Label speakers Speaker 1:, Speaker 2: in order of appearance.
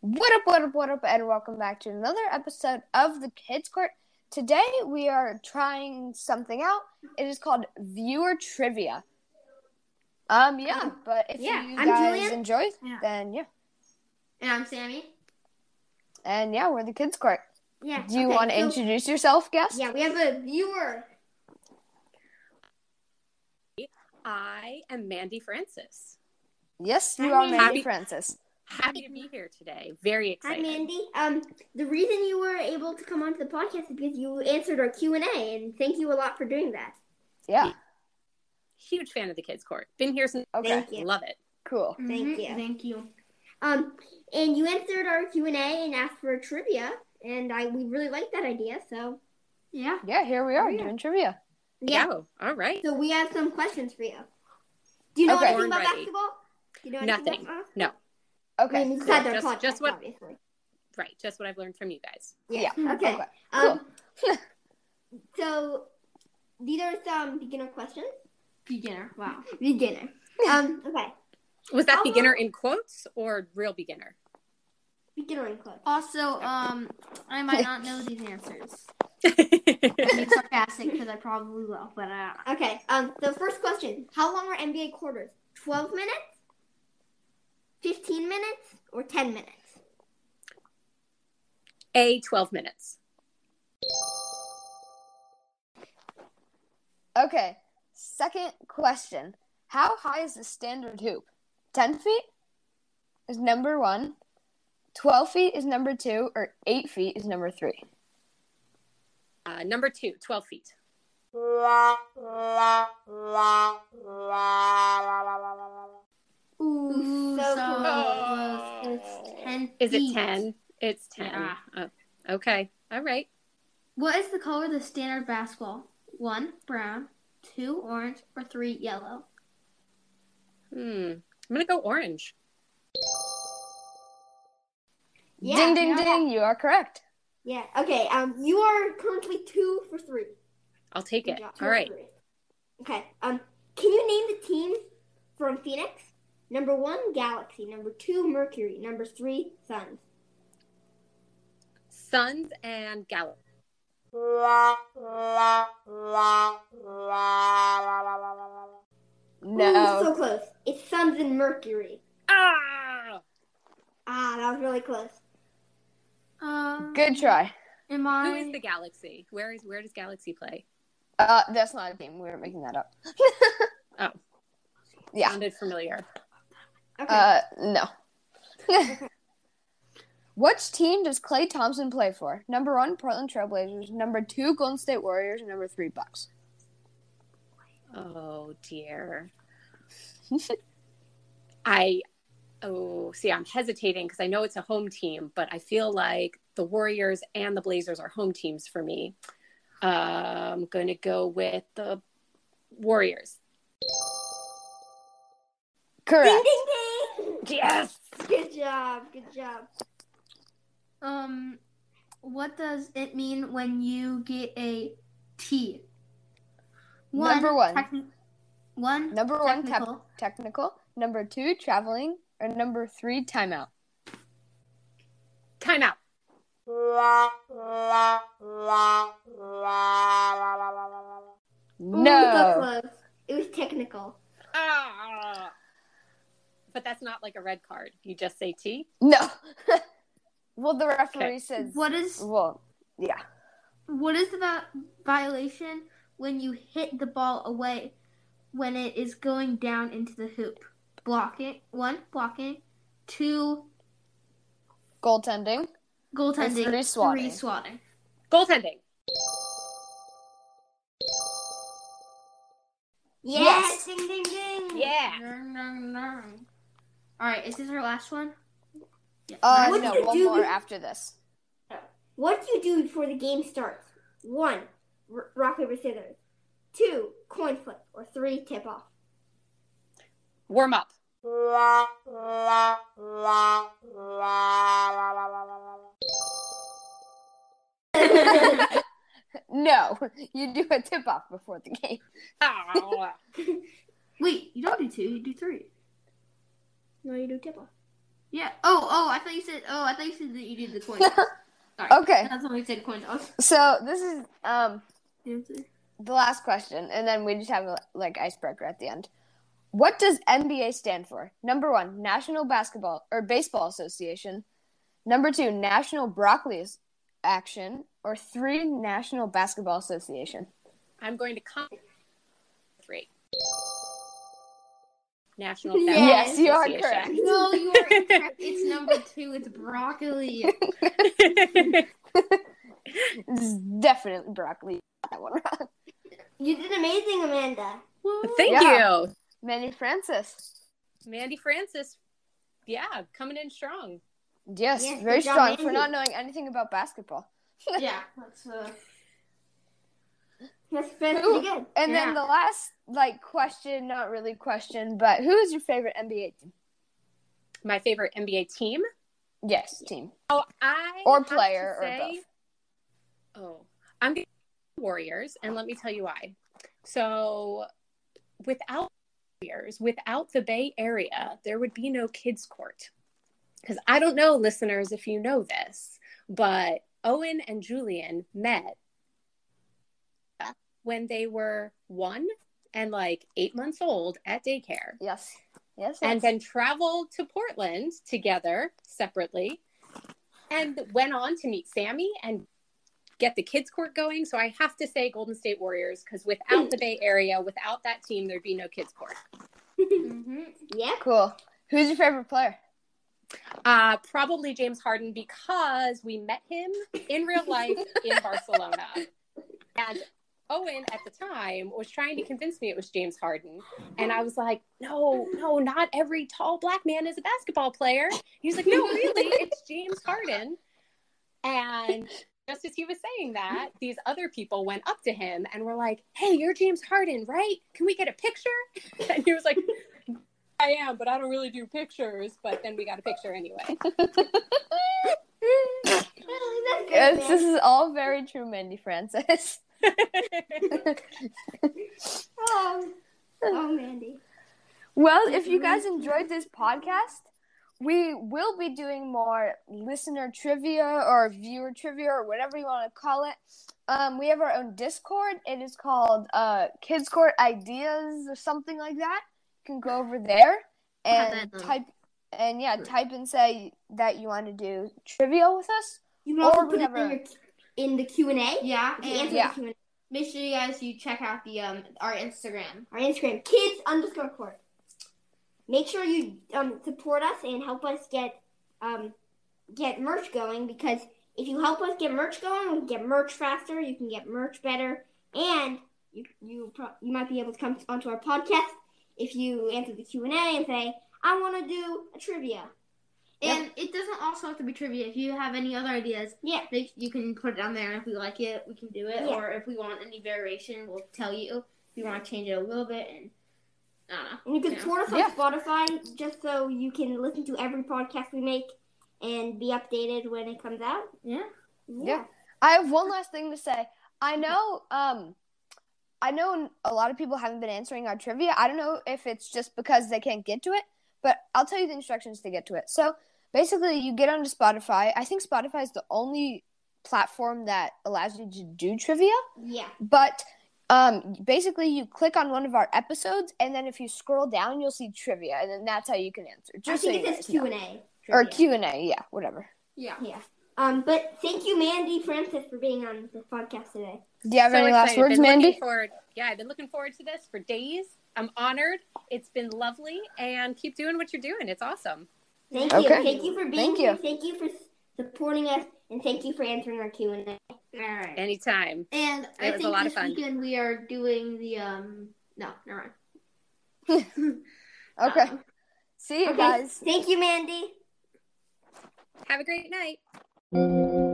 Speaker 1: What up, what up, what up, and welcome back to another episode of the Kids Court. Today we are trying something out. It is called viewer trivia. Um, yeah, but if
Speaker 2: Yeah,
Speaker 1: you
Speaker 2: I'm
Speaker 1: guys
Speaker 2: Julian.
Speaker 1: enjoy,
Speaker 2: Yeah.
Speaker 1: then yeah,
Speaker 2: And I'm Sammy.
Speaker 1: and yeah, we're the Kids Court.
Speaker 2: Yeah.
Speaker 1: Do you
Speaker 2: okay,
Speaker 1: want to
Speaker 2: so-
Speaker 1: introduce yourself, guest?
Speaker 2: Yeah, we have a viewer.
Speaker 3: I am Mandy Francis.
Speaker 1: Yes, you
Speaker 2: Hi,
Speaker 1: are
Speaker 2: Mandy.
Speaker 1: Mandy Francis.
Speaker 3: Happy to be here today. Very
Speaker 2: Hi,
Speaker 3: excited.
Speaker 2: Mandy. Um, the reason you were able to come onto the podcast is because you answered our Q and A, and thank you a lot for doing that.
Speaker 1: Yeah.
Speaker 3: Huge fan of the kids' court. Been here since.
Speaker 1: Okay.
Speaker 2: Thank you.
Speaker 3: Love it.
Speaker 1: Cool.
Speaker 3: Mm-hmm.
Speaker 2: Thank you.
Speaker 4: Thank you.
Speaker 2: Um, and you answered our Q and A and asked for trivia, and I we really liked that idea. So
Speaker 4: Yeah.
Speaker 1: Yeah, here we
Speaker 2: Oh,
Speaker 1: are
Speaker 4: Yeah.
Speaker 1: doing trivia.
Speaker 2: yeah.
Speaker 3: Wow. All right.
Speaker 2: So we have some questions for you. Do you know
Speaker 1: Okay.
Speaker 2: anything about
Speaker 3: Alrighty.
Speaker 2: basketball? Do you know anything
Speaker 3: Nothing.
Speaker 2: About uh, I
Speaker 1: Okay.
Speaker 2: mean,
Speaker 1: cool.
Speaker 2: besides our
Speaker 3: Just-
Speaker 2: podcast,
Speaker 3: just what-
Speaker 2: obviously.
Speaker 3: Right. Just what I've learned from you guys.
Speaker 1: Yeah.
Speaker 2: Okay.
Speaker 1: Okay.
Speaker 2: Um, so these are some beginner questions.
Speaker 4: Beginner. Wow.
Speaker 2: Beginner. Um. Okay.
Speaker 3: Was that
Speaker 2: How long-
Speaker 3: beginner in quotes or real beginner?
Speaker 2: Beginner in quotes.
Speaker 4: Also, um, I might not know these answers. I'm being sarcastic because I probably will, but uh, I don't.
Speaker 2: Okay. Um. The first question: How long are NBA quarters? Twelve minutes, fifteen minutes, or ten minutes?
Speaker 3: A 12 minutes.
Speaker 1: Okay. Second question. How high is the standard hoop? 10 feet is number one, 12 feet is number two, or 8 feet is number three?
Speaker 3: Uh, number two, 12 feet.
Speaker 2: Ooh, so,
Speaker 3: close.
Speaker 4: close. It's ten.
Speaker 3: Is it
Speaker 4: feet.
Speaker 3: 10? It's 10.
Speaker 4: Yeah.
Speaker 3: Oh, okay. All right.
Speaker 4: What is the color of the standard basketball? One brown, two orange, or three yellow.
Speaker 3: Hmm. I'm going to go orange.
Speaker 2: Yeah.
Speaker 1: ding, ding,
Speaker 4: yeah.
Speaker 1: ding. You are correct.
Speaker 2: Yeah. Okay. Um. You are currently two for three.
Speaker 3: I'll take
Speaker 2: Good
Speaker 3: it.
Speaker 2: job. Two
Speaker 3: All
Speaker 2: for
Speaker 3: right.
Speaker 2: three. Okay. Um. Can you name the teams from Phoenix? Number one, Galaxy. Number two, Mercury. Number three, Suns.
Speaker 3: Suns and Gallup.
Speaker 1: No.
Speaker 2: Ooh, so close. It's Suns and Mercury.
Speaker 3: Ah!
Speaker 2: Ah, that was really close.
Speaker 4: Um,
Speaker 1: Good try.
Speaker 4: Am
Speaker 3: Who is
Speaker 4: I?
Speaker 3: the Galaxy? Where is where does Galaxy play?
Speaker 1: Uh, that's not a team. We were making that up.
Speaker 3: Oh.
Speaker 1: Yeah.
Speaker 3: Sounded familiar.
Speaker 2: Okay.
Speaker 1: Uh, no. Which team does Clay Thompson play for? Number one, Portland Trailblazers. Number two, Golden State Warriors. Number three, Bucks.
Speaker 3: Oh dear. I oh see, I'm hesitating because I know it's a home team, but I feel like the Warriors and the Blazers are home teams for me. Uh, I'm gonna go with the Warriors.
Speaker 1: Correct.
Speaker 2: Ding ding
Speaker 3: Yes.
Speaker 2: ding! Good job, good job.
Speaker 4: Um, what does it mean when you get a T?
Speaker 1: Number one.
Speaker 4: techni- one.
Speaker 1: Number one, tep-
Speaker 4: technical.
Speaker 1: technical. Number two, traveling. Or number three, timeout.
Speaker 3: Timeout.
Speaker 2: Ooh,
Speaker 1: No.
Speaker 2: so close. It was technical.
Speaker 3: Ah. But that's not like a red card. You just say T.
Speaker 1: No. well, the referee says.
Speaker 4: What is
Speaker 1: Well, yeah.
Speaker 4: what is the va- violation when you hit the ball away when it is going down into the hoop? Blocking one, blocking two,
Speaker 1: Goaltending.
Speaker 4: goaltending,
Speaker 1: three swatting.
Speaker 4: three swatting.
Speaker 3: Goaltending.
Speaker 2: Yes, ding ding ding.
Speaker 3: Yeah.
Speaker 4: Nung, nung, nung. All right, is this our last one? Yeah.
Speaker 1: Uh,
Speaker 2: What
Speaker 1: no,
Speaker 2: did
Speaker 4: last
Speaker 2: you
Speaker 4: one.
Speaker 1: one
Speaker 2: do
Speaker 1: more
Speaker 2: with-
Speaker 1: after this.
Speaker 2: What do you do before the game starts? One, r- rock paper scissors. Two, coin flip. Or three, tip off.
Speaker 3: Warm up.
Speaker 1: No, you do a tip off before the game.
Speaker 3: Ah.
Speaker 4: Wait, you don't do two, you do three.
Speaker 2: no, you do tip off.
Speaker 4: Yeah. Oh, oh, I thought you said. Oh, I thought you said that you did the coin. Sorry.
Speaker 1: Okay,
Speaker 4: That's when we said coin toss.
Speaker 1: so this is um
Speaker 4: Answer.
Speaker 1: the last question, and then we just have a like icebreaker at the end. What does NBA stand for? Number one, National Basketball or Baseball Association. Number two, National Broccoli As- Action. Or three, National Basketball Association.
Speaker 3: I'm going to come three. National
Speaker 1: Yes,
Speaker 2: Yes.
Speaker 1: you are
Speaker 3: Association.
Speaker 4: No, you are incorrect. it's number two. It's broccoli.
Speaker 1: This is definitely broccoli. Got That one wrong.
Speaker 2: You did amazing, Amanda.
Speaker 3: Thank
Speaker 1: Yeah.
Speaker 3: you,
Speaker 1: Manny Francis.
Speaker 3: Mandy Francis. Yeah, coming in strong.
Speaker 1: Yes,
Speaker 2: Yes,
Speaker 1: very
Speaker 2: good job,
Speaker 1: strong for
Speaker 2: Mandy.
Speaker 1: not knowing anything about basketball.
Speaker 4: yeah. That's, uh,
Speaker 2: That's, that's pretty good.
Speaker 1: And then
Speaker 4: Yeah.
Speaker 1: the last like question, not really question, but who is your favorite NBA team?
Speaker 3: My favorite NBA team.
Speaker 1: Yes, team.
Speaker 3: Oh, I
Speaker 1: Or
Speaker 3: have to
Speaker 1: player or
Speaker 3: say- Oh, I'm going to Warriors, and let me tell you why. So, without Warriors, without the Bay Area, there would be no kids' court. Because I don't know, listeners, if you know this, but Owen and Julian met when they were one and like eight months old at daycare
Speaker 1: Yes. Yes.
Speaker 3: and
Speaker 1: yes.
Speaker 3: then traveled to Portland together separately and went on to meet Sammy and get the kids court going. So I have to say Golden State Warriors because without the Bay Area, without that team, there'd be no kids court.
Speaker 4: mm-hmm.
Speaker 2: Yep.
Speaker 1: cool. Who's your favorite player?
Speaker 3: Uh, probably James Harden because we met him in real life in Barcelona. And Owen at the time was trying to convince me it was James Harden. And I was like, no, no, not every tall black man is a basketball player. He was like, no, really, it's James Harden. And just as he was saying that, these other people went up to him and were like, hey, you're James Harden, right? Can we get a picture? And he was like, I am, but I don't really do pictures. But then we got a picture anyway.
Speaker 2: That's good,
Speaker 1: Yes,
Speaker 2: man.
Speaker 1: this is all very true, Mandy Francis.
Speaker 2: Oh. oh, Mandy.
Speaker 1: Well, if you guys enjoyed this podcast, we will be doing more listener trivia or viewer trivia or whatever you want to call it. Um, we have our own Discord. It is called uh, Kids Court Ideas or something like that. You can go over there
Speaker 4: have
Speaker 1: and
Speaker 4: that, um,
Speaker 1: type and yeah, type and say that you want to do trivia with us.
Speaker 2: You can
Speaker 1: Or
Speaker 2: also put
Speaker 1: Oh,
Speaker 2: it
Speaker 1: whatever.
Speaker 2: in, your, in the Q and A.
Speaker 4: Yeah.
Speaker 2: You can
Speaker 4: And
Speaker 2: answer
Speaker 1: Yeah.
Speaker 2: the Q and
Speaker 4: make sure you guys you check out the um our Instagram.
Speaker 2: A. Our Instagram, kids underscore court. Make sure you um, support us and help us get um, get merch going because if you help us get merch going, we can get merch faster. You can get merch better, and you you pro- you might be able to come onto our podcast if you answer the Q and A and say, "I want to do a trivia."
Speaker 4: And it doesn't also have to be trivia. If you have any other ideas,
Speaker 2: Yeah.
Speaker 4: make, you can put it on there. And if we like it, we can do it.
Speaker 2: Yeah.
Speaker 4: Or if we want any variation, we'll tell you. If we want to change it a little bit, and I don't know.
Speaker 2: And you can
Speaker 4: Yeah.
Speaker 2: support us on
Speaker 1: Yeah.
Speaker 2: Spotify just so you can listen to every podcast we make and be updated when it comes out.
Speaker 4: Yeah.
Speaker 1: Yeah. I have one last thing to say. I know, um, I know a lot of people haven't been answering our trivia. I don't know if it's just because they can't get to it, but I'll tell you the instructions to get to it. So basically, you get onto Spotify. I think Spotify is the only platform that allows you to do trivia.
Speaker 2: Yeah.
Speaker 1: But um, basically, you click on one of our episodes, and then if you scroll down, you'll see trivia, and then that's how you can answer.
Speaker 2: I
Speaker 1: Just so
Speaker 2: think
Speaker 1: you
Speaker 2: it says
Speaker 1: guys know.
Speaker 2: Q and A.
Speaker 1: or Q and A, yeah, whatever.
Speaker 4: Yeah.
Speaker 2: Yeah. Um, but thank you, Mandy Francis, for being on the podcast today.
Speaker 1: Do you have
Speaker 3: So
Speaker 1: any last
Speaker 3: excited.
Speaker 1: words,
Speaker 3: Been looking
Speaker 1: Mandy?
Speaker 3: Forward, yeah, I've been looking forward to this for days. I'm honored. It's been lovely, and keep doing what you're doing. It's awesome.
Speaker 2: Thank
Speaker 1: Okay.
Speaker 2: you. Thank you for being
Speaker 1: Thank
Speaker 2: here.
Speaker 1: you.
Speaker 2: Thank you for s- supporting us, and thank you for answering our Q and A.
Speaker 4: All right.
Speaker 3: Anytime.
Speaker 4: And I
Speaker 3: was a
Speaker 4: think
Speaker 3: lot of
Speaker 4: this
Speaker 3: fun.
Speaker 4: weekend we are doing the um. No, never mind.
Speaker 1: Okay,
Speaker 4: Um,
Speaker 1: see you guys.
Speaker 2: Thank you, Mandy.
Speaker 3: Have a great night.